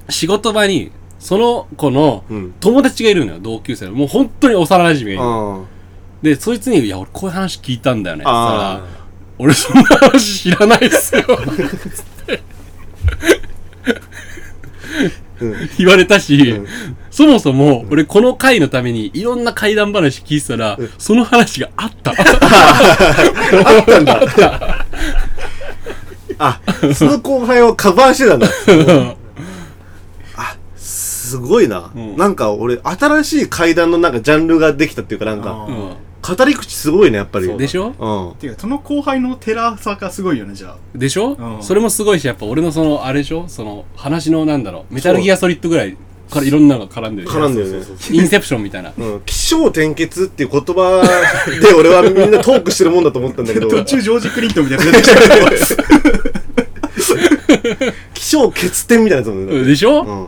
A: 仕事場に、その子の
B: うん
A: 友達がいるのよ、同級生の。もう本当に幼馴染がいる。
B: あ
A: で、そいつに、いや、俺こういう話聞いたんだよね。
B: あ
A: そ
B: ー
A: したら俺そんな話知らないっすよ。
B: うん
A: 言われたし、
B: うん
A: そもそも、俺この回のためにいろんな怪談話聞いてたら、その話があった。
B: あったんだあその後輩をカバーしてたんだあすごいな、
A: うん
B: なんか俺新しい階段のなんかジャンルができたっていうかなんか
D: あー
B: 語り口すごいねやっぱり
A: うんでしょ
B: うん
D: ていうかその後輩のテラサがすごいよねじゃあ
A: でしょ、
D: うん
A: それもすごいし、やっぱ俺のその、あれでしょその、話のなんだろう、メタルギアソリッドぐらいからいろんなのが絡んでるじゃん
B: 絡んでるね
C: そうそう
A: インセプションみたいな。
B: うん、起承転結っていう言葉で俺はみんなトークしてるもんだと思ったんだけ ど
D: 途中ジョージ・クリントンみたいなの出てきたけど
B: 起承欠点みたいなやつもね
A: でしょ、
B: うん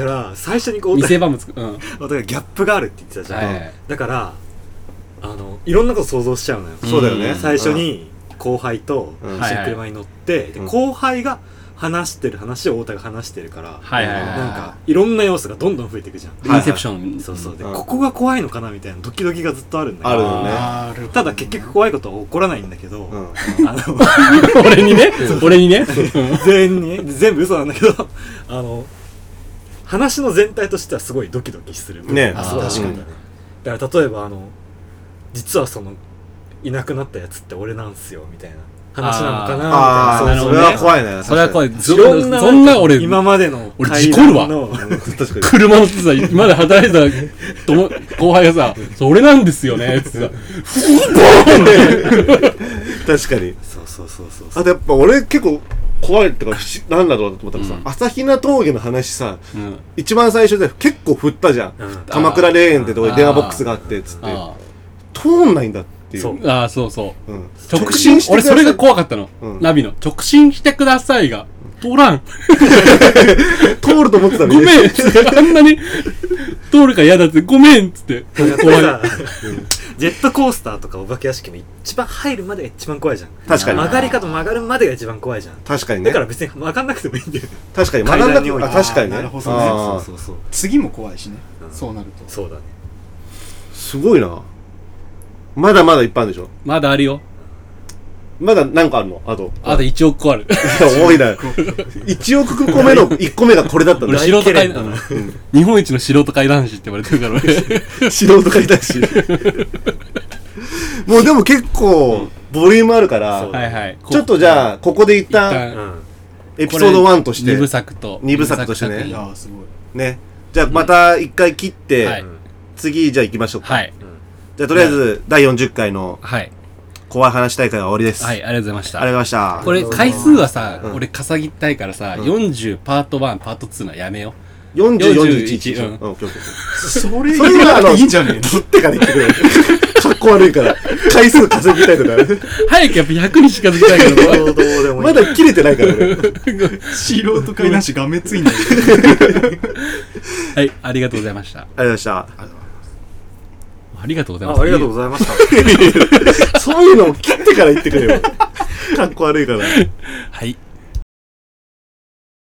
C: だから最初にこう
A: 見
C: 私
A: せ場も作る。うん。
C: がギャップがあるって言ってたじゃん、
A: はい
C: だからあのいろんなこと想像しちゃうのよ、
B: そうだよね
A: うん
C: 最初に後輩と
B: うん
C: 一緒に車に乗って、で
B: うん
C: 後輩が話してる話を太田が話してるから、
A: はいはいはいはい
C: なんかいろんな要素がどんどん増えていくじゃん、
A: インセプション。
C: そうそうで、
B: うん
C: ここが怖いのかなみたいなドキドキがずっとあるんだ
B: あ
C: け
B: る
C: ど
B: よね
D: なるほど
C: ただ結局怖いことは起こらないんだけど、
B: うん
C: あの
A: 俺にね、俺にね。うん
C: 全員にね全部嘘なんだけどあの話の全体としてはすごいドキドキする部分
B: ね
C: がすごい
A: あー
C: 確かにねだから例えばあの実はそのいなくなったやつって俺なんすよみたいな話なのか
B: あ
A: ー
C: なみたい
B: あ
C: な
B: そ
A: な
B: れ
A: るほど
B: は
A: ね
B: 怖いね
A: それは怖い。そ
C: いろん
A: ん
C: な
A: な、そんな俺、
C: 今までの
A: 俺事故るわ
C: 階段の
B: 確かに確か
A: 車乗ってさ、今まで働いてた友後輩がさ、そう俺なんですよね、つってさ、
B: に 確かに
C: そうそうそうそう
B: あとやっぱ俺結構怖いってか不思なんだろうなと思ったらさ、
A: うん
B: 朝比奈峠の話さ
A: うん。
B: 一番最初で結構振ったじゃん
C: うん
B: 鎌倉霊園ってとこに電話ボックスがあってつって
A: あ
B: 通んないんだっていう
C: そう
A: ーあー、そうそう。
B: うん、
A: 直進
B: く
A: 俺
B: ださ
A: それ
B: い
A: が怖かったの、
B: うん
A: ナビの直進してくださいが通らん
B: 通ると思ってたの
A: ご
B: に
A: めんっつってあんなに通るから嫌だってごめんっつって
C: だか
A: 怖い
C: らジェットコースターとかお化け屋敷も一番入るまでが一番怖いじゃん
B: 確かに
C: 曲がり方曲がるまでが一番怖いじゃん
B: 確かにね
C: だから別に曲がんなくてもいいんだよ
B: 確かに学んだ
C: 階段におい
B: け
C: て
B: あ確かにね
D: あーなるほどね
B: あー
C: そうそうそう
D: 次も怖いしね
C: うん
D: そうなると
C: そうだね
B: すごいなまだまだいっぱいあるでしょ
A: まだあるよ
B: まだ何個あるのあ と
A: あと1億個ある
B: 多いな1億個目 の1個目がこれだったん
A: 俺
B: だ
A: 素人
C: 大
A: 会
C: 嫌いだな
A: 日本一の素人会男子って言われてるから俺
B: 素人がいた しもうでも結構ボリュームあるから、
C: そ う
A: はいはい
B: ちょっとじゃあここで一
A: 一
B: 旦
A: 旦
C: うん
B: エピソード1とし
A: 二部
B: て
A: 作と
B: 二部作としてね
A: 二部作
D: ああすごい
B: ねじゃあまた一回切って、
A: はい
C: うん
B: 次じゃあ行きましょうか、
A: はい
B: じゃあとりあえず第40回の
A: はい
B: 怖い話大会は終わりです、
A: はいあり
B: あり
A: がとうございまし
B: がとうござい
A: た
B: ました
A: これ回数はさ、
B: ん
A: 俺稼ぎたいからさ、40パート1パート2のやめよ
B: 4041
A: 41
B: うん、オッケーオッケー
D: それ
B: それはあの
D: いいんじゃねえの
B: 取ってから言ってくれよかっこ悪いから回数稼ぎたいとか
A: う早くやっぱ100に近づきたいけ ど
C: どうでもい
B: ま
C: い
B: だ切れてないから俺
D: 素人会なしがめついんだけど
A: はいありがとうございました
B: ありがとうございました。
A: ありがとうございます
C: あありがとうございました。
B: そういうのを切ってから言ってくれよ。かっこ悪いから。
A: はい